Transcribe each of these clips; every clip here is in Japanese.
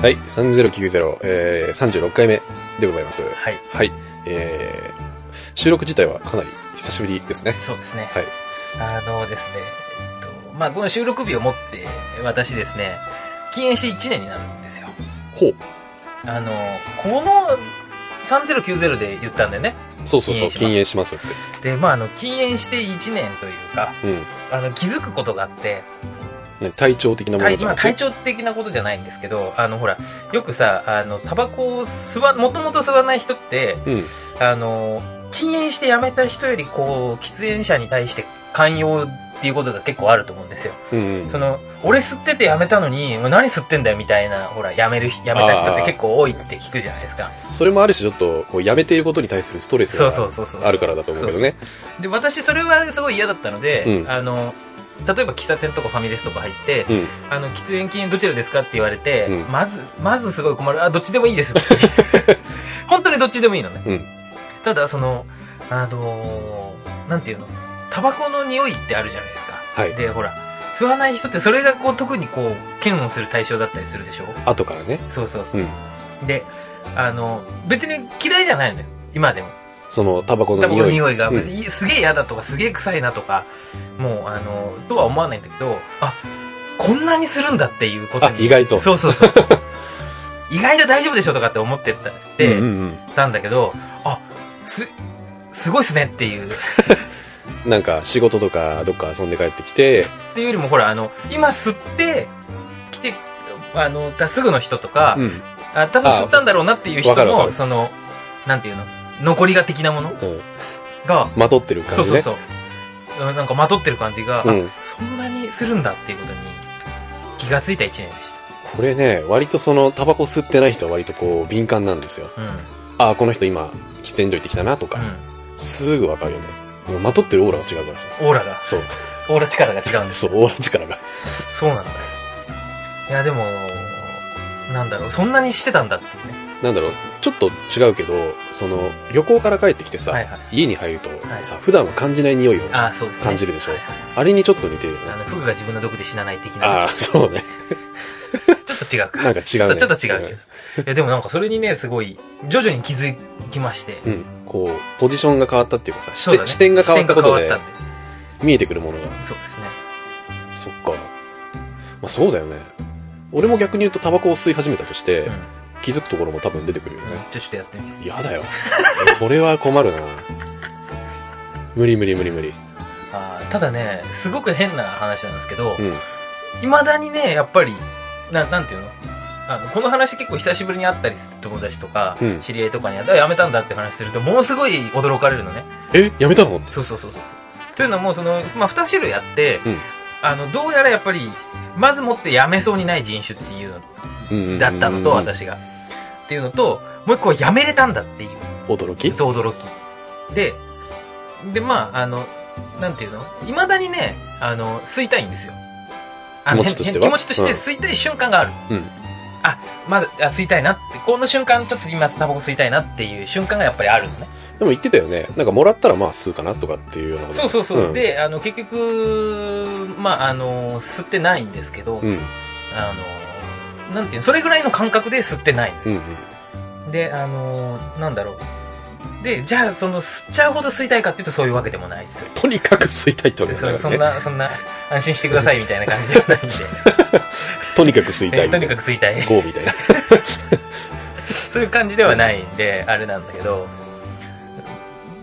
はい、3090、えー、36回目でございます。はい。はい、えー、収録自体はかなり久しぶりですね。そうですね。はい。あのですね、えっと、まあ、この収録日をもって、私ですね、禁煙して1年になるんですよ。ほう。あの、この3090で言ったんだよね。そうそうそう、禁禁煙煙しますって。で、まあ、あの、禁煙して1年というか、うん。あの、気づくことがあって、ね体調的なもの体じゃなまあくて。体調的なことじゃないんですけど、あの、ほら、よくさ、あの、タバコを吸わ、もともと吸わない人って、うん。あの、禁煙してやめた人より、こう、喫煙者に対して寛容っていうことが結構あると思うんですよ。うん、うん。その、俺吸っててやめたのに、もう何吸ってんだよみたいな、ほら、やめる人、やめた人って結構多いって聞くじゃないですか。それもあるし、ちょっと、こう、やめていることに対するストレスそうそうがそうそう。あるからだと思うけどね。で、私それはすごい嫌だったので、うんあの、例えば喫茶店とかファミレスとか入って、うん。あの、喫煙禁どちらですかって言われて、うんまず、まずすごい困る。あ、どっちでもいいですって。 本当にどっちでもいいのね。うんただ、その、あのーなんていうの、タバコの匂いってあるじゃないですか。はいで、ほら、吸わない人ってそれがこう特にこう、嫌悪する対象だったりするでしょ後からね。そうそうそうう。ん。で、あの、別に嫌いじゃないのよ。今でも。その、タバコのタバコ匂のい。匂いが、うん別にすげえ嫌だとか、すげえ臭いなとか、もう、あの、とは思わないんだけど、あ、こんなにするんだっていうことあ、に。意外と。そうそう そう。意外と大丈夫でしょとかって思ってたって、うんうんたんだけど、あ、す、すごいっすねっていう。うん。なんか、仕事とか、どっか遊んで帰ってきて、っていうよりも、ほら、あの、今吸って、来て、あの、たすぐの人とか、うん。あ、多分吸ったんだろうなっていう人あわかるわかも、るその、なんていうの残りが的なものうん。が、まとってるそ感うじそうね。そう。うんなんかまとってる感じが、あうん。そんなにするんだっていうことに気がついた一年でしこれね、割とその、タバコ吸ってない人は割とこう、敏感なんですよ。た。うん。うん。ああ、この人今、喫煙所行ってきたなとか、すぐわかるよね。もうまとってるオーラが違うからさ。オーラが、そう、 オーラ力が違うんです。そう、オーラ力が。そうなんだ。いや、でも、なんだろう、そんなにしてたんだっていうね。なんだろう、ちょっと違うけど、その、旅行から帰ってきてさ、はいはい。家に入ると、はいさ、普段は感じない匂いを、あああ、そうですね。感じるでしょはいはいれにちょっと似てるよねあ。の、フグが自分の毒で死なない的あな。あ、そうね。ちょっと違うか。なんか違ちょうっとね。ちょっと違うけど。いや、でもなんかそれにね、すごい、徐々に気づきまして。うん。こう、ポジションが変わったっていうかさ、視そう点,、だね視点が変わったこと視で点が変わったんで見えてくるものが。そうですね。そっか。まあそうだよね。俺も逆に言うとタバコを吸い始めたとして、うん気づくところも多分出てくるようんね。じゃあちょっとやってみて。嫌だよ。 それは困るな。無理無理無理無理。あーただね、すごく変な話なんですけど、うん。いまだにね、やっぱり、ななんていうのあのこの話結構久しぶりに会ったりする友達とか、うん知り合いとかに、あ、やめたんだって話すると、ものすごい驚かれるのね。え、やめたのそうそうそうそう。というのも、その、まあ、二種類あって、うんあの、どうやらやっぱり、まずもってやめそうにない人種っていうのだったのと、。私が。っていうのと、もう一個はやめれたんだっていう。驚きそう驚き。で、で、まあ、あの、なんていうの未だにね、あの、吸いたいんですよ。あの気持ちとしては変気持ちとしてうん吸いたい瞬間がある。うんあ、まだ、あ吸いたいなって、この瞬間ちょっと今タバコ吸いたいなっていう瞬間がやっぱりあるのね。でも言ってたよね。なんかもらったらまあ吸うかなとかっていうようなこと。そうそうそう。ん、で、あの、結局、まあ、あの、吸ってないんですけど、うん。あの、なんていうのそれぐらいの感覚で吸ってないのようんうん。で、あの、なんだろう。で、じゃあ、その、吸っちゃうほど吸いたいかっていうとそういうわけでもないというとにかく吸いたいってわけだかそらそねん。な、そんな、安心してくださいみたいな感じじゃ ないんで。とにかく吸いたいえみとたいにな。かく吸いたい。こうみたいな。そういう感じではないんで、あれなんだけど。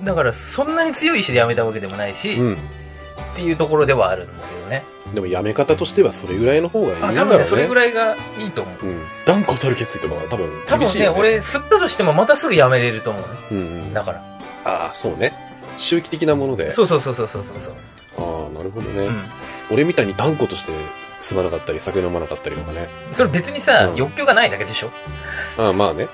だから、そんなに強い意志でやめたわけでもないし、うっん。ていうところではあるんだけどね。でもやめ方としてはそれぐらいの方がいいんだろあ、うね。多分ね、それぐらいがいいと思う。うん。断固たる決意とかは多分多厳分しいね、よ、ね。俺、吸ったとしてもまたすぐやめれると思うね。俺。うんうん。だあから。あー、そうね。周期的なもので。そうそうそうそうそうそうそう。ああ、なるほどね、うん。俺みたいに断固として吸わなかったり、酒飲まなかったりとかね。それ別にさ、うん欲求がないだけでしょああ、まあね。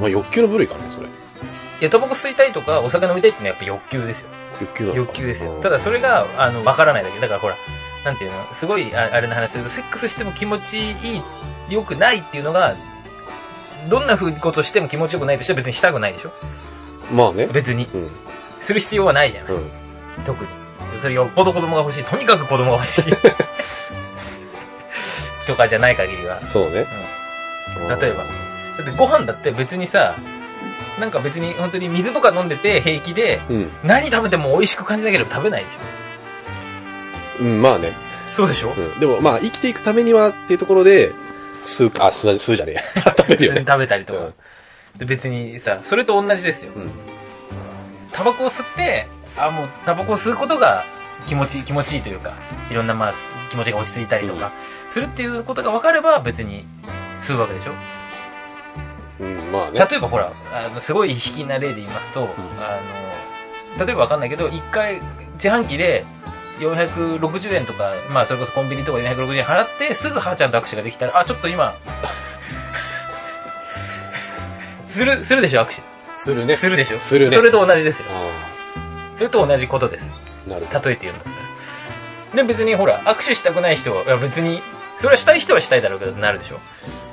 まあ欲求の部類かね、それ。いや、タバコ吸いたいとか、お酒飲みたいってのはやっぱ欲求ですよ。欲求なのか欲求ですようんただそれがあのわからないだけだからほらなんていうのすごいああれの話するとセックスしても気持ちいい良くないっていうのがどんなふうにことしても気持ちよくないとしては別にしたくないでしょまあね。別にうん。する必要はないじゃない、うん。特にそれよっぽど子供が欲しいと にかく子供が欲しいとかじゃない限りはそうね。例えば。だってご飯だって別にさ、なんか別に本当に水とか飲んでて平気で、うん、何食べても美味しく感じなければ食べないでしょ。うん、まあね、そうでしょ、うん、でもまあ生きていくためにはっていうところでスープあすなスーじゃねえや 食べるよね食べたりとうかん。で別にさ、それと同じですよ。うんタバコを吸って、あ、もうタバコを吸うことが気持ちいい、気持ちいいというか、いろんなまあ気持ちが落ち着いたりとか、するっていうことが分かれば別に吸うわけでしょうんまあね例えばほら、あの、すごい卑近な例で言いますと、あの、例えばわかんないけど、一回自販機で460円とか、まあそれこそコンビニとかで460円払って、すぐ母ちゃんと握手ができたら、あ、ちょっ と今、する、するでしょ、握する手。ねするでしょするねそれと同じですよ。あそれと同じことです。あなるほど例えて言うんだったら。で、別にほら、握手したくない人は、いや別に、それはしたい人はしたいだろうけど、なるでしょ。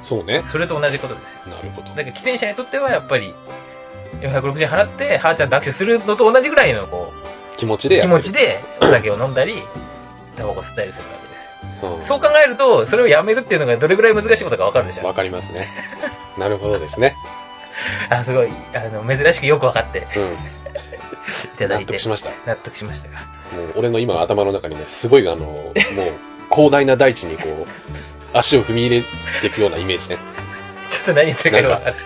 そうねそれと同じことですよ。なるほどだから喫煙者にとってはやっぱり460円払ってはーちゃんと握手するのと同じぐらいのこ気持ちうで気持ちで、でお酒を飲んだりタバコ吸ったりするわけですようんそう考えるとそれをやめるっていうのがどれぐらい難しいことかわかるでしわょかりますねなるほどですねあすごいあの珍しくよく分かっていうんただ納いて得しましたも納得しましたがう俺の今頭の中にねすごいあのもう広大な大地にこう足を踏み入れていくようなイメージねちょっと何言ってるかよくわかんない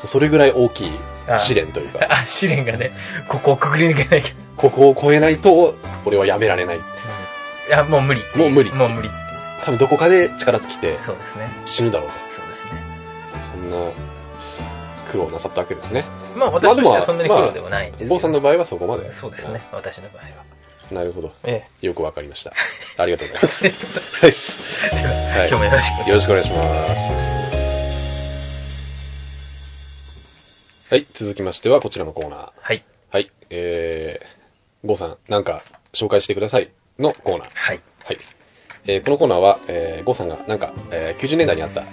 ですそれぐらい大きいか試練というかあ試練がねここをくぐり抜けなきゃここを越えないと俺はやめられないいやもう無理っていもう無理もう無理多分どこかで力尽きてそうですね死ぬだろうとそうですねそんな苦労なさったわけですね。まあ私としてはそんなに苦労ではないんですけおど、坊さんの場合はそこまで。そうですね私の場合はあ。なるほど。ええよくわかりました。ありがとうございます。でははい。は今日もよろしくい。よろしくお願いします。はい。続きましてはこちらのコーナー。はいはい。えー、ゴーさん、なんか紹介してくださいのコーナー。はいはい。えーこのコーナーは、えー、ゴーさんがなんか、えー90年代にあったも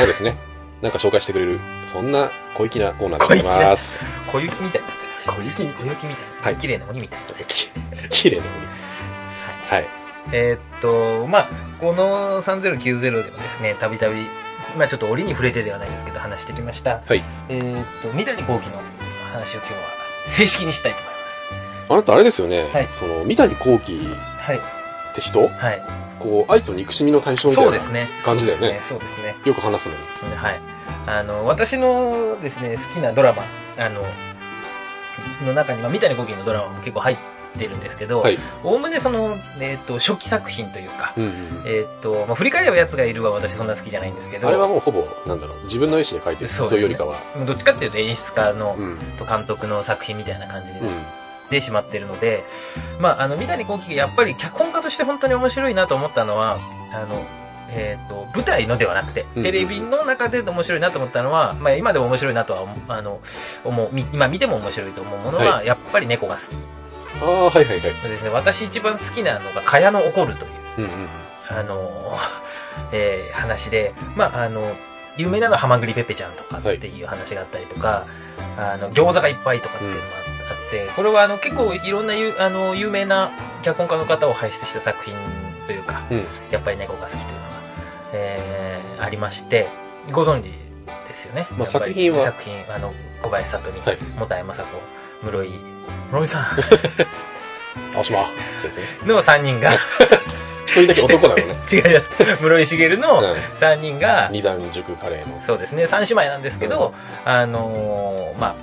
のですね。 なんか紹介してくれる、そんな小粋なコーナーでございます。小雪みたい小雪みたい小雪みたはいい綺麗な鬼みたい き綺麗なのに。はい。えーっとまあこの3090でもですねたびたびまあちょっと折に触れてではないですけど話してきましたはい。えーっと三谷幸喜の話を今日は正式にしたいと思いますあなたあれですよね。はいその、三谷幸喜っはいて人はこう、愛と憎しみの対象いみたいそうな。ですね感じだよねそうですねよく話すのに。そうですねはいあの私のですね好きなドラマあのの中に、まあ、三谷幸喜のドラマも結構入ってるんですけど、はい。おおむねその、えーっと初期作品というか、うんうんえーっと、まあ、振り返れば奴がいるは私そんな好きじゃないんですけうん。ど、あれはもうほぼ、なんだろう、自分の意思で書いてるそうですねというよりかは。どっちかっていうと演出家の、うん。と監督の作品みたいな感じにうなっん。てしまってるので、まあ、あの、三谷幸喜がやっぱり脚本家として本当に面白いなと思ったのは、あの、えーっと、舞台のではなくてう、んテレビの中で面白いなと思ったのは、まあ、今でも面白いなとは思う、あの、思う、み今見ても面白いと思うものは、はやっぱり猫が好き。ああ、はいはいはい。ですね、私一番好きなのが、蚊帳の怒るという。うんうんうん。あの、 えー話で、まあ、あの、有名なのはハマグリペペちゃんとかっていう話があったりとか、あの、餃子がいっぱいとかっていうのがあって、これはあの、結構いろんな有あの有名な脚本家の方を輩出した作品というか、うんやっぱり猫が好きというのが、えーありまして、ご存知ですよね。まあやっぱり作品は作品、あの、小林聡美、はい本田山子、室井、室井さ青島ですね。んの3人が、一人だけ男なのね。 違います。室井茂のう3人が、ん。二段熟カレーの。そうですね、三姉妹なんですけど、あのーま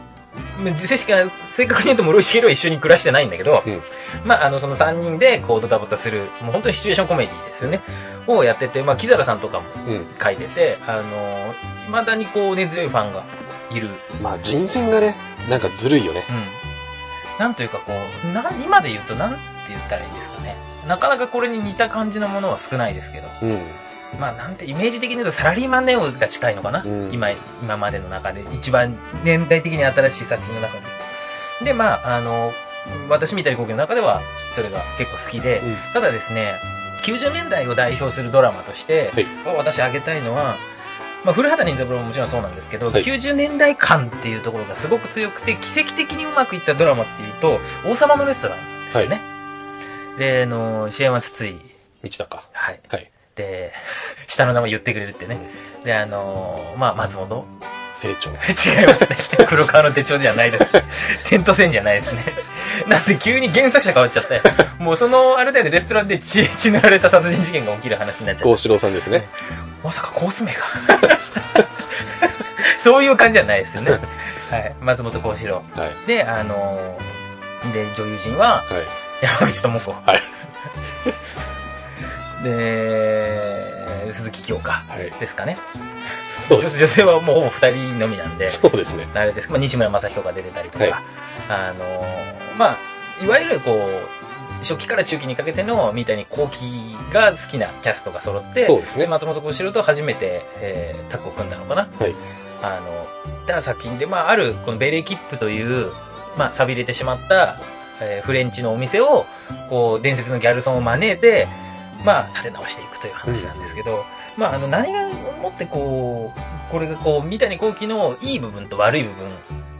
あ、正式な、正確に言うと室井茂は一緒に暮らしてないんだけど、うんまあ、あの、その3人で、こう、ドタバタする、もう本当にシチュエーションコメディですよね、をやってて、まあ、木皿さんとかもうん。書いてて、あのー未だにこう、根強いファンがいる、うん。まあ、人選がね、なんかずるいよね。なんというかこう、な、今で言うと、なんて言ったらいいですかね。なかなかこれに似た感じのものは少ないですけど、うん。まあなんてイメージ的に言うとサラリーマンネオが近いのかな、うん今今までの中で一番年代的に新しい作品の中ででまああの私みたいな光景の中ではそれが結構好きで、うんただですね90年代を代表するドラマとして、はい私挙げたいのは、まあ、古畑任三郎ももちろんそうなんですけど、はい90年代感っていうところがすごく強くて奇跡的にうまくいったドラマっていうと「王様のレストラン」ですよね、であの主演は筒井道高。はいはい。で、 下の名前言ってくれるってね。で、あのーまあ、松本 成長。違いますね。 黒川の手帳じゃないです。 テント戦じゃないですね。なんで急に原作者変わっちゃって、もうその、あれだよね、レストランで血、血塗られた殺人事件が起きる話になっちゃって幸四郎さんですね。まさかコース名が そういう感じじゃないですよ ね。はい。松本幸四郎。はい。で、あのーで、女優陣ははい。山口智子。はい。 で、鈴木京香はい。ですかね。そうで女す。女性はもうほぼ二人のみなんで、そうですね。あれですけど、まあ西村正彦が出てたりとか、はいあのーまあ、いわゆるこう、初期から中期にかけてのみたいに後期が好きなキャストが揃って、そうですでね。松本幸四郎と初めて、えータッグを組んだのかな、はいあのだから作品で、まあ、あるこのベレーキップという、まあ、錆びれてしまった、えーフレンチのお店をこう伝説のギャルソンを招いて、まあ、立て直していくという話なんですけど、まあ、あの何がもってこうこれがこう三谷幸喜のいい部分と悪い部分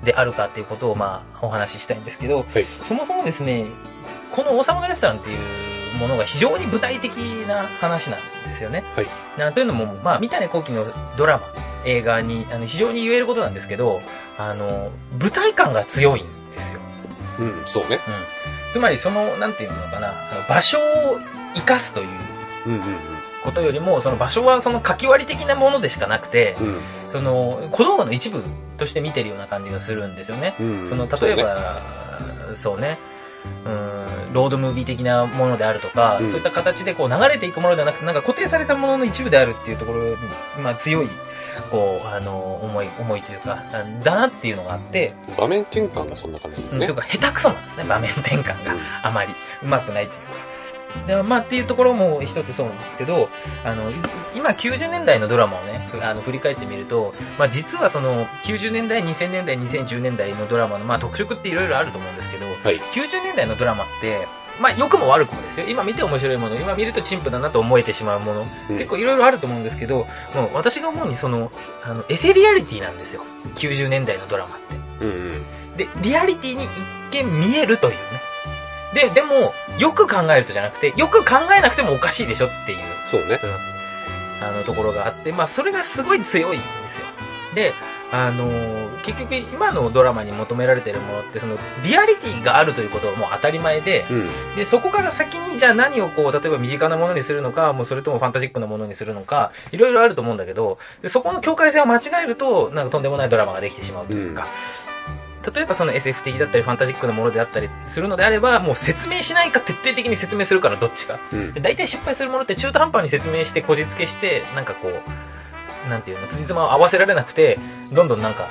であるかということを、まあ、お話ししたいんですけど、いそもそもですねこの「王様のレストラン」っていうものが非常に具体的な話なんですよね。はいなというのも、まあ、三谷幸喜のドラマ映画にあの非常に言えることなんですけどあの舞台感が強いんですよ。うん、そうね。つまりそのなんていうのかなあの場所を生かすといううんうんことよりもその場所はその書き割り的なものでしかなくてうん。その小道具の一部として見てるような感じがするんですよね。うん。うん。そのう例えね。ばそうねうんロードムービー的なものであるとか、うんそういった形でこう流れていくものではなくてなんか固定されたものの一部であるっていうところに、まあ、強いこうあの思い思いというかあだなっていうのがあって、場面転換がそんな感じだようんといねう。か下手くそなんですね場面転換があまりうまくないというか。でまあ、っていうところも一つそうなんですけどあのい今90年代のドラマをねあの振り返ってみると、まあ、実はその90年代2000年代2010年代のドラマの、まあ、特色っていろいろあると思うんですけどはい。 90年代のドラマって、まあ、良くも悪くもですよ今見て面白いもの今見ると陳腐だなと思えてしまうもの、うん結構いろいろあると思うんですけどもう私が思うにそのあのエセリアリティなんですよ90年代のドラマって。うんうん。で、リアリティに一見見えるというね。で、でも、よく考えるとじゃなくて、よく考えなくてもおかしいでしょっていう、そうね。あの、ところがあって、まあ、それがすごい強いんですよ。で、あのー結局今のドラマに求められてるものって、その、リアリティがあるということはもう当たり前で、うん。で、そこから先にじゃあ何をこう、例えば身近なものにするのか、もうそれともファンタジックなものにするのか、いろいろあると思うんだけど、でそこの境界線を間違えると、なんかとんでもないドラマができてしまうというか、例えばその SF 的だったりファンタジックなものであったりするのであれば、もう説明しないか徹底的に説明するからどっちか。うんで。大体失敗するものって中途半端に説明してこじつけして、なんかこう、なんていうの、辻褄を合わせられなくて、どんどんなんか、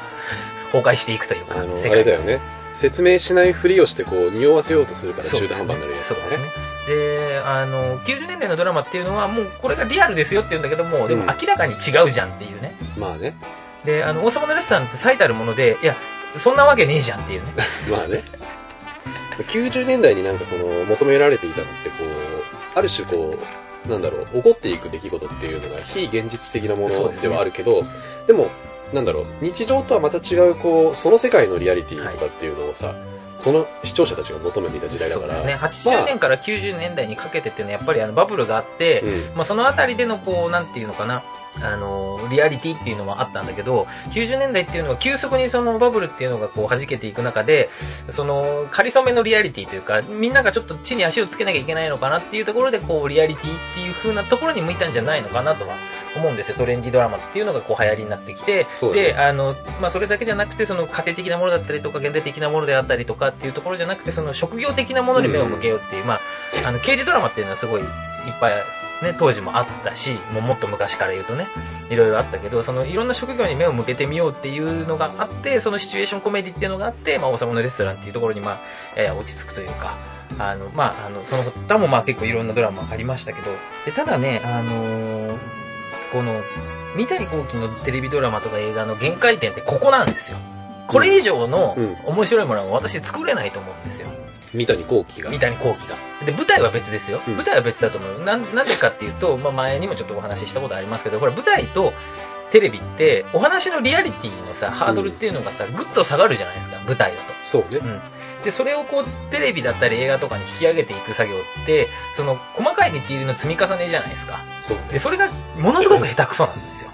崩壊していくというかあ、の、世あ界れだよね。説明しないふりをして、こう、匂わせようとするから中途半端になるやつそうとでかすねね。であの90年代のドラマっていうのはもうこれがリアルですよって言うんだけどもでもうん明らかに違うじゃんっていうね、まあね。であの王様のレストランって最たるものでいやそんなわけねえじゃんっていうねまあね。90年代になんかその、求められていたのって、こう、ある種こう、なんだろう、起こっていく出来事っていうのが非現実的なもそうのですでねはあるけど、でも、なんだろう、日常とはまた違う、こう、その世界のリアリティとかっていうのをさ、その視聴者たちが求めていた時代だそかうら。ですね80年から90年代にかけてっていうのはやっぱりあのバブルがあって、うん。まあ、その辺りでのこうなんていうのかなあのリアリティっていうのはあったんだけど90年代っていうのは急速にそのバブルっていうのがこう弾けていく中でその仮初めのリアリティというかみんながちょっと地に足をつけなきゃいけないのかなっていうところでこうリアリティっていう風なところに向いたんじゃないのかなとは思うんですよトレンディドラマっていうのがこう流行りになってきてそうだねであの、まあ、それだけじゃなくてその家庭的なものだったりとか現代的なものであったりとかっていうところじゃなくてその職業的なものに目を向けようっていう、まああの刑事ドラマっていうのはすごいいっぱいね、当時もあったし、もうもっと昔から言うとね、いろいろあったけど、そのいろんな職業に目を向けてみようっていうのがあって、そのシチュエーションコメディっていうのがあって、まあ王様のレストランっていうところにまあ、やや落ち着くというか、あの、まあ、あの、その他もまあ結構いろんなドラマありましたけど、でただね、あのーこの、三谷幸喜のテレビドラマとか映画の限界点ってここなんですよ。これ以上のうん面白いものは私作れないと思うんですよ。三谷幸喜が。三谷幸喜が。で、舞台は別ですよ。うん舞台は別だと思う。なん、なぜかっていうと、まあ前にもちょっとお話ししたことありますけど、ほら、舞台とテレビって、お話のリアリティのさ、ハードルっていうのがさ、ぐっと下がるじゃないですか、舞台だと。そうね。で、それをこう、テレビだったり映画とかに引き上げていく作業って、その、細かい代にっていうの積み重ねじゃないですかそうでねそれがものすごく下手くそなんですよ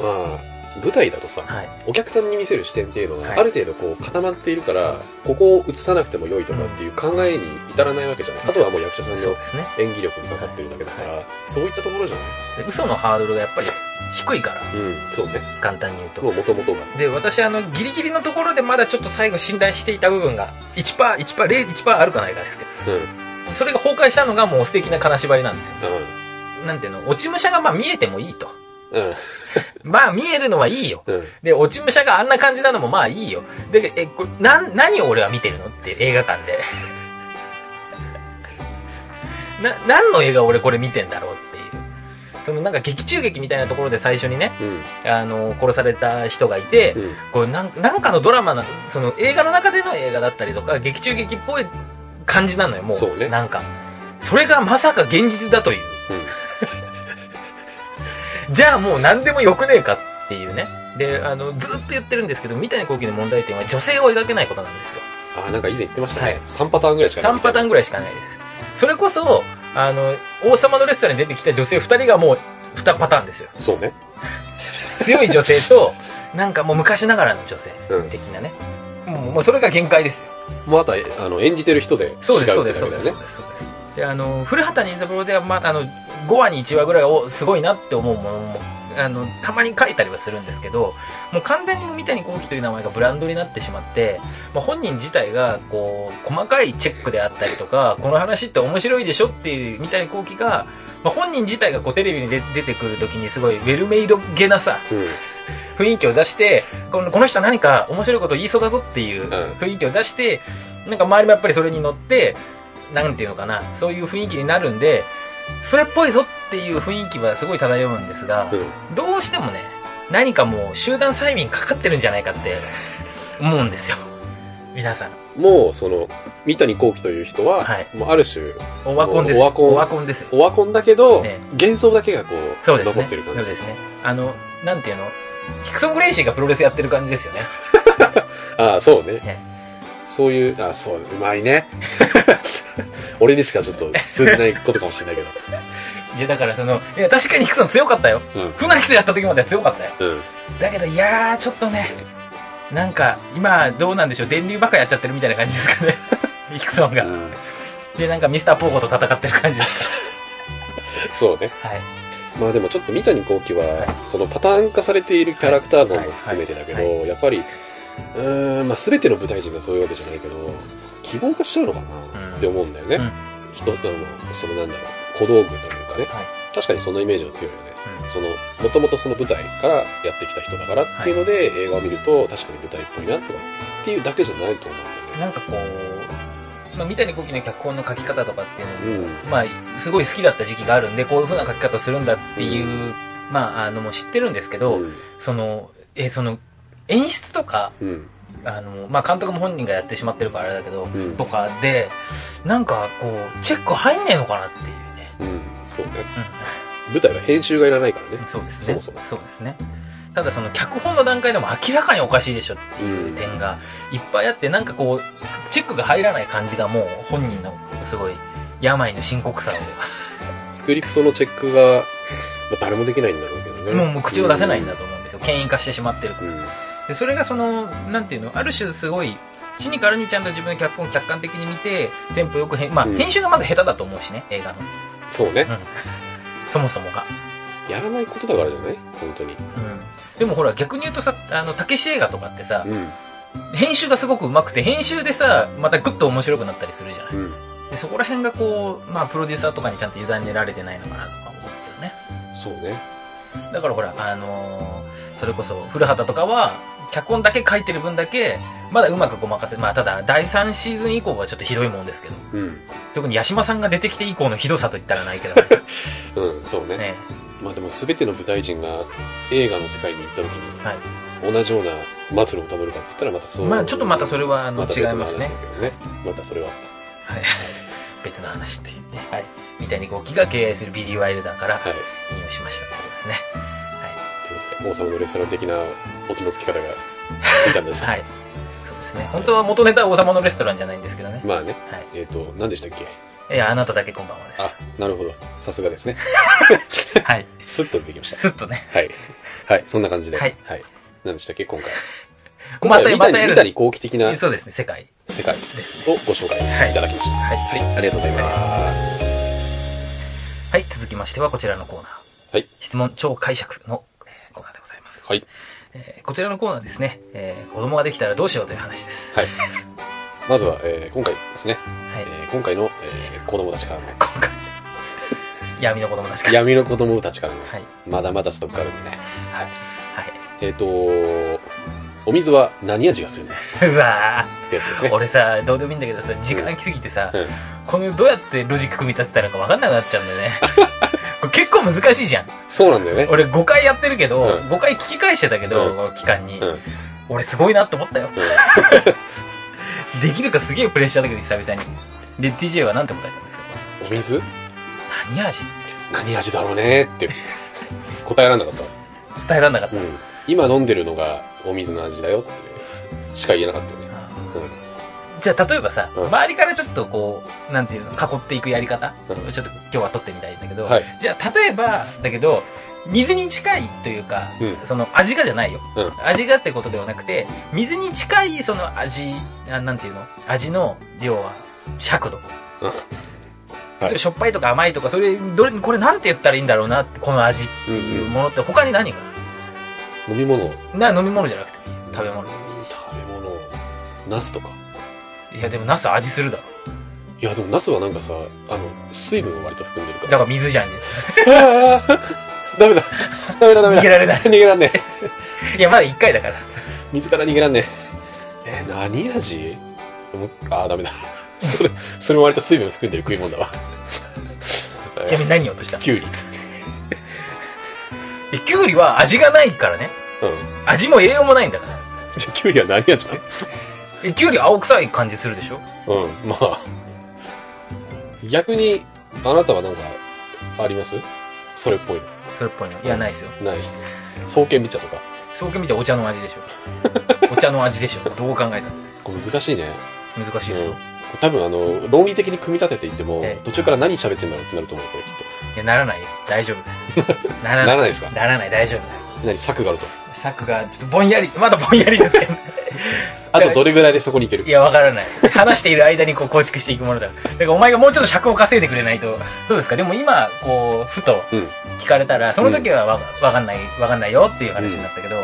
まあ舞台だとさはいお客さんに見せる視点っていうのはがいある程度こう固まっているから、ここを映さなくても良いとかっていう考えに至らないわけじゃない、うんあとはもう役者さんそうのですね演技力にかかってるだけだから、そういったところじゃないで嘘のハードルがやっぱり低いからうんそうね簡単に言うともう元々がで私あのギリギリのところでまだちょっと最後信頼していた部分が 1%1%0.1% あるかないかですけうんうんどそれが崩壊したのがもう素敵な金縛りなんですよなんていうの落ち武者がまあ見えてもいいとうんまあ見えるのはいいようんで落ち武者があんな感じなのもまあいいよでえこれなん何を俺は見てるのって映画館で な何の映画を俺これ見てんだろうっていうそのなんか劇中劇みたいなところで最初にねうんあの殺された人がいて、うんこうなんなんかのドラマなその映画の中での映画だったりとか劇中劇っぽい感じなのよもうそうねなんかそれがまさか現実だというじゃあもう何でもよくねえかっていうねであのずっと言ってるんですけど三谷幸喜の問題点は女性を描けないことなんですよあーなんか以前言ってましたね、はい3パターンぐらいしかない3パターンぐらいしかないですそれこそあの王様のレストランに出てきた女性2人がもう2パターンですよそうね強い女性 となんかもう昔ながらの女性うん的なね、もうもうそれが限界ですよもうあとはえあの演じてる人で違うってそうですだそうけですそうだですよそうねですそうですであの古畑任三郎では、まあ、あの5話に1話ぐらいをすごいなって思うものもあのたまに書いたりはするんですけどもう完全に三谷幸喜という名前がブランドになってしまって、まあ、本人自体がこう細かいチェックであったりとかこの話って面白いでしょっていう三谷幸喜が、まあ、本人自体がこうテレビに出出てくる時にすごいウェルメイドげなさうん雰囲気を出してこのこの人は何か面白いこと言いそうだぞっていううん雰囲気を出してなんか周りもやっぱりそれに乗ってなんていうのかなそういう雰囲気になるんでそれっぽいぞっていう雰囲気はすごい漂うんですが、うんどうしてもね何かもう集団催眠かかってるんじゃないかって思うんですよ皆さんもうその三谷幸喜という人は、はいもうある種オワコンですオワコンオワコンですオワコンだけど、え幻想だけがこうそうです残っねてるそう感じですねあのなんていうのヒクソン・グレイシーがプロレスやってる感じですよねああそうねねそういうあそううまい ね俺にしかちょっと通じないことかもしれないけどいやだからそのいや確かにヒクソン強かったようん船木とやった時までは強かったようんだけどいやーちょっとねなんか今どうなんでしょう電流ばっかやっちゃってるみたいな感じですかね ヒクソンがうんでなんかミスターポーゴと戦ってる感じですかそうねはいまあでもちょっと三谷幸喜は、そのパターン化されているキャラクター像も含めてだけど、はいはやっぱりうーん、まあ、全ての舞台人がそういうわけじゃないけど希望化しちゃうのかうんなって思うんだよね、うん人あのそのなんだろう小道具というかね、はい確かにそのイメージが強いよねうんそのもともとその舞台からやってきた人だからっていうので、映画を見ると確かに舞台っぽいなとかっていうだけじゃないと思うんだよねなんかこう、まあ、三谷幸喜の脚本の書き方とかっていうのも、うんまあ、すごい好きだった時期があるんでこういう風な書き方をするんだっていう、まああのもう知ってるんですけど、うんそのえその演出とかうんあの、まあ、監督も本人がやってしまってるからあれだけど、うんとかでなんかこうチェック入んねえのかなっていうね、うんそうね舞台は編集がいらないからねそうですねそもそもうですねただその脚本の段階でも明らかにおかしいでしょっていう点がいっぱいあってなんかこうチェックが入らない感じがもう本人のすごい病の深刻さを、スクリプトのチェックが、まあ、誰もできないんだろうけどねもうもう口を出せないんだと思うんですよ権威化してしまってるかうらん、うんでそれがそのなんていうのある種すごいシニカルにちゃんと自分の脚本を客観的に見てテンポよく編,、まあうん編集がまず下手だと思うしね映画の、そうね、そもそもがやらないことだからじゃない本当にうん、でもほら逆に言うとさあのたけし映画とかってさうん編集がすごくうまくて編集でさまたグッと面白くなったりするじゃないうんでそこら辺がこうまあプロデューサーとかにちゃんと委ねられてないのかなとか思ってるねそうねだからほらあのーそれこそ古畑とかは脚本だけ書いてる分だけまだうまくごまかせまあただ第3シーズン以降はちょっとひどいもんですけどうん特に八島さんが出てきて以降のひどさと言ったらないけどうんそうね ねねまあでも全ての舞台人が映画の世界に行った時に、はい同じような末路をたどるかって言ったらまたそうまあちょっとまたそれはあのまた違い別のま話すだねけどねまたそれははい、別の話っていうね、はい、みたいにこう気が敬愛するビリー・ワイルダーからはい引用しましたってことですねということで王様のレストラン的なオチの付け方がついたん だし、はいそうですね本当は元ネタは王様のレストランじゃないんですけどねまあねはいえっ、と何でしたっけいや、あなただけこんばんはです。あ、なるほど。さすがですね。はい。スッとできました。すっとね。はい。はい、そんな感じで。はい。何でしたっけ、今回。 今ま回た、はま三た谷、三やる。谷後期的なそうですね、世界世界ですね。をご紹介いただきました。はい。はい、ありがとうございます。はい、続きましてはこちらのコーナー。はい。質問超解釈のえーコーナーでございます。はい。えーこちらのコーナーですね、えー子供ができたらどうしようという話です。はい。まずは、えー今回ですね。はい。えー今回の、えー子供たちからの、今回、 闇の子供たちから。闇の子供たちからの、はい。まだまだストックあるんでね。はい。はえっ、と、お水は何味がするのっい。うわーてやつですね。俺さ、どうでもいいんだけどさ、時間きすぎてさ、うんこのどうやってロジック組み立てたのか分かんなくなっちゃうんだ よね。これ結構難しいじゃん。そうなんだよね。俺5回やってるけど、うん5回聞き返してたけど、うんこの期間に、うん俺すごいなって思ったよ。うん できるかすげえプレッシャーだけど、久々に。で、TJ は何て答えたんですかお水何味何味だろうねって答えられなかっ答えられなかったた。うん。今飲んでるのがお水の味だよってしか言えなかったよね。じゃあ例えばさ、うん周りからちょっとこうなんていうの囲っていくやり方、うんちょっと今日は撮ってみたいんだけど、はいじゃあ例えばだけど水に近いというか、うんその味がじゃないよ、うん味がってことではなくて水に近いその味あなんていうの味の量は尺度、はいしょっぱいとか甘いとかそれどれこれなんて言ったらいいんだろうなってこの味っていうものって他に何が飲み物、な飲み物じゃなくて食べ物食べ物、ナスとか。いやでもナス味するだろいや、でもナスはなんかさ、あの、水分を割と含んでるかだら。から水じゃんあー ダメだ。ダメだ、ダメだ。逃げられない逃げらんねえ。いや、まだ1回だから。水から逃げらんねえ。え、何味もうあー、ダメだ。 それ、それも割と水分含んでる食い物だわ。ちなみに何を落とし たキュウリ。えキュウリは味がないからね。うん。味も栄養もないんだから。じゃあ、キュウリは何味なえキュウリ青臭い感じするでしょのうん、まあ。逆に、あなたはなんか、ありますそれっぽいそれっぽいの。いや、ないですよ。の。ない。双剣見たとか。そう見てお茶の 味でしょ。お茶の味でしょ。どう考えたこれ難しいね。の難しいですよ。多分あの、論理的に組み立てていってもええ、途中から何喋ってんだろうってなると思う、これきっいや、ならないよ。大丈夫 だ。なと。ならない。らないですかならない、大丈夫だ。何策があると。策が、ちょっとぼんやり、まだぼんやりですけど。あとどれぐらいでそこに行けるいや、わからない。話している間にこう構築していくものだ。だからお前がもうちょっと尺を稼いでくれないと。どうですかでも今、こう、ふとうん聞かれたら、その時はわわかんない、わかんないよっていう話になったけど、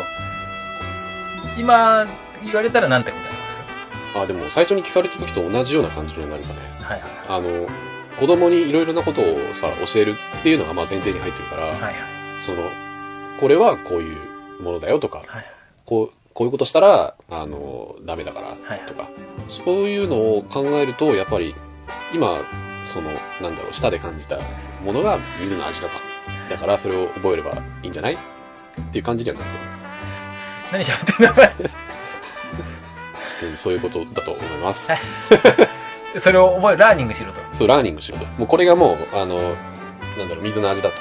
今、言われたらなんて答えますあ、でも最初に聞かれた時と同じような感じになるかね。はいはあの、子供にいろいろなことをさ、教えるっていうのがまあ前提に入ってるから、い。はいはい。その、これはこういうものだよとか、はいこう、こういうことしたら、あの、ダメだかはいら、とか、そういうのを考えると、やっぱり、今、その、なんだろう、舌で感じたものが水の味だと。だから、それを覚えればいいんじゃないっていう感じにはなる何喋ってんだお前。と、うんそういうことだと思います。はいそれを覚え、ラーニングしろと。そう、ラーニングしろと。もうこれがもう、あの、なんだろう、水の味だと。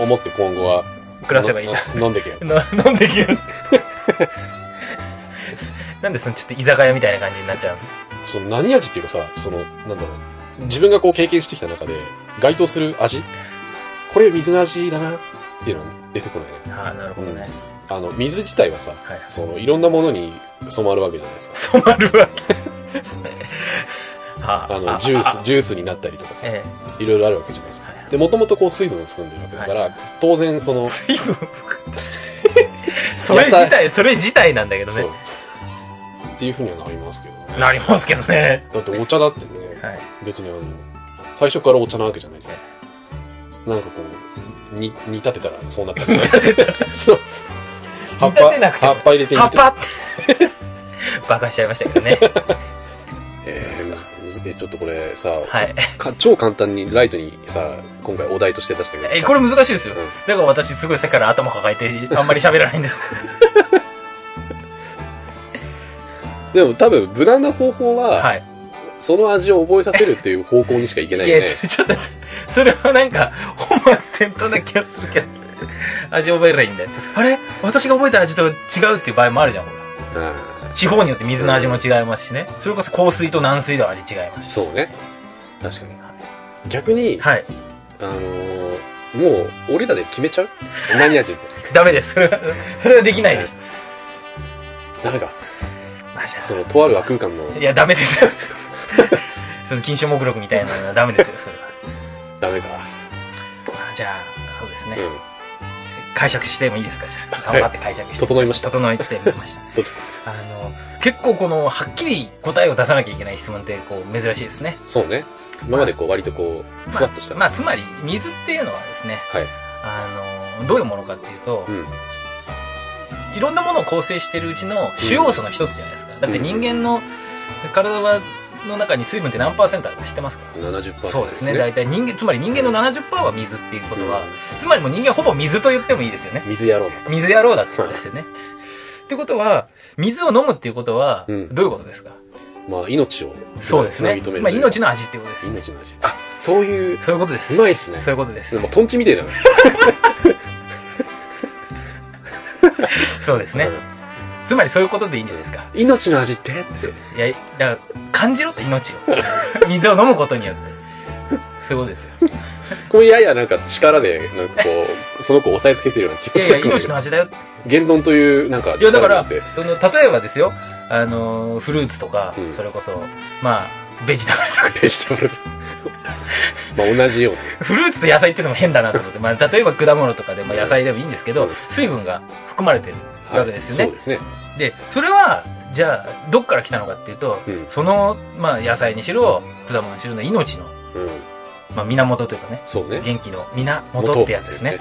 思って今後は、暮らせばいいんだ。の飲んでけよ。な 飲んできる。なんでそのちょっと居酒屋みたいな感じになっちゃうのその何味っていうかさ、その、なんだろう。自分がこう経験してきた中で、該当する味これ水の味だなっていうのは出てこないね。ああ、なるほどね。あの、水自体はさ、はい。その、いろんなものに染まるわけじゃないですか。染まるわけ。 はあの、ジューあス、ジュースになったりとかさ、えいろいろあるわけじゃないですえか。はいで、もともとこう水分を含んでるわけだから、当然その、 水分含んだそれ 自体、それ自体なんだけどそう。ね。っていうふうにはなりますけどね。なりますけどね。だってお茶だってね、はい。別にあの、最初からお茶なわけじゃないじゃん。なんかこう、に、煮立てたらそうなったみたい な。そう。 葉っ煮ぱ、立てなくても葉っぱ入れていいパみたいなパって。 バカしちゃいましたけどね。えーえちょっとこれさ、はい。か超簡単にライトにさ、今回お題として出したけどさ。え、これ難しいですよ。うんだから私すごいさっきから頭抱えて、あんまり喋らないんです。でも多分無難な方法 は、はい。その味を覚えさせるっていう方向にしかいけないいよや、ね。ちょっと、それはなんか、本末転倒な気がするけど。味覚えればいいんで。あれ私が覚えた味と違うっていう場合もあるじゃん、ほら。うん地方によって水の味も違いますしね。それこそ香水と軟水の味違いますし。そうね。確かに。逆に、はい。あのーもう俺らで決めちゃう何味ってダメです。それは、それはできないです。なんかまあじゃあそのとある空間のいや、ダメですよ。 その禁止目録みたいなのはダメですよ、それは。ダメかまあじゃあ、そうですね。う解釈してもいいですか、じゃあ。頑張って解ん釈して。整いました整えてみました。 どうぞあの、結構この、はっきり答えを出さなきゃいけない質問って、こう、珍しいですね。そうね今までこう割とこうふわっとした、まあ、つまり、水っていうのはですね、はいあの、どういうものかっていうとう、んいろんなものを構成してるうちの主要素の一つじゃないですか。だって人間の体は、の中に水分って何パーセントあるか知ってますか70%そうですね。大体人間、つまり人間の70%は水っていうことは、つまりもう人間はほぼ水と言ってもいいですよね。水やろうだ水野郎だってことですよね。ってことは、水を飲むっていうことは、うんどういうことですか、まあ命をそうですね。つなぎ止めつるまり命の味っていうことです。命の味あそういうそういうことです。うまいっすねそういうことですで。もトンチみてえだなそうですね。つまりそういうことでいいんじゃないですか。うん命の味ってっていや、だから、感じろって 命を。水を飲むことによって。そういうことです よ。これややなんか力でなんかこ うその子を押さえつけてるような気がいしやていくや、る命の味だよ。言論というなんかいや、だか力らによって、その、例えばですよ、あの、フルーツとか、うんそれこそ、まあ、ベジタブルとか、 ベジタブルまあ同じようなフルーツと野菜っていうのも変だなと思って、まあ、例えば果物とかで、まあ、野菜でもいいんですけうどん、水分が含まれてるわけですよね。そうですねで、それは、じゃあ、どっから来たのかっていうと、うんその、まあ、野菜にしろ、果物にしろの命の、うんまあ、源というかね、そうね元気の源ってやつですね。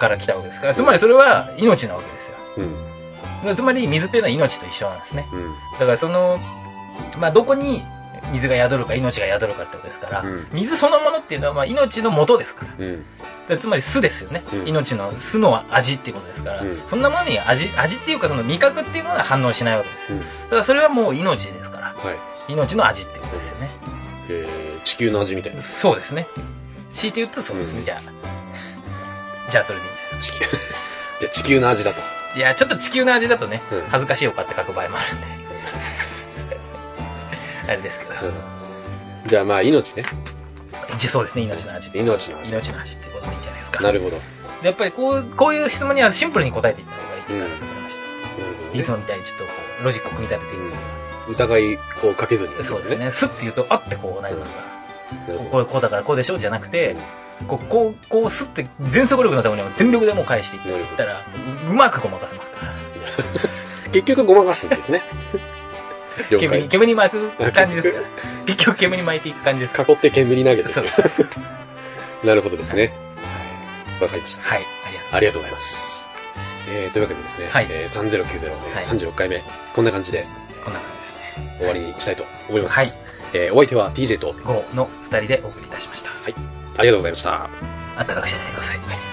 から来たわけですから、んつまりそれは命なわけですよ。うんつまり水っていうのは命と一緒なんですね。うんだからその、まあ、どこに水が宿るか命が宿るかってことですから、うん水そのものっていうのは、まあ、命の元ですから。うんだからつまり酢ですよね、うん命の酢の味っていうことですから、うんそんなものに味味っていうかその味覚っていうものは反応しないわけですよ、うんただそれはもう命ですからはい命の味ってことですよねえー地球の味みたいなそうですね強いて言うとそうですね、うんじゃあじゃあそれでいいんじゃ地球ないで じゃあ地球の味だとすかいやちょっと地球の味だとね、うん恥ずかしいおかって書く場合もあるんで あれですけど、じゃあまあ命ねじゃそうですね命の味命の味命の味ってことでいいんじゃないですかなるほどでやっぱりこうこういう質問にはシンプルに答えていった方がいいかなと思いました、なるほどいねつもみたいにちょっとこうロジックを組み立てていくよ疑いをかけずにうなそうですね。スッて言うと、あってこうなりますかなるら。こうほこうこうだからこうでしょじゃなくて、こう、こう、こうスッて全速力のためには全力でもう返していなるっほたら、ううまくごまかせますから。ど結局ごまかすんです ね了解煙、煙に巻く感じですから。 結局煙に巻いていく感じですから。囲って煙投げてそうです。なるほどですねわかりましたはい。ありがとうござありがとうございいます。ます。えーというわけでですね、はいえー3090、えーはい36回目、こんな感じでこんな感じですね。終わりにしたいと思います。はいえーお相手は DJ と、 5の2人でお送りいたしました。ありがとうございました。あったかくしないでください。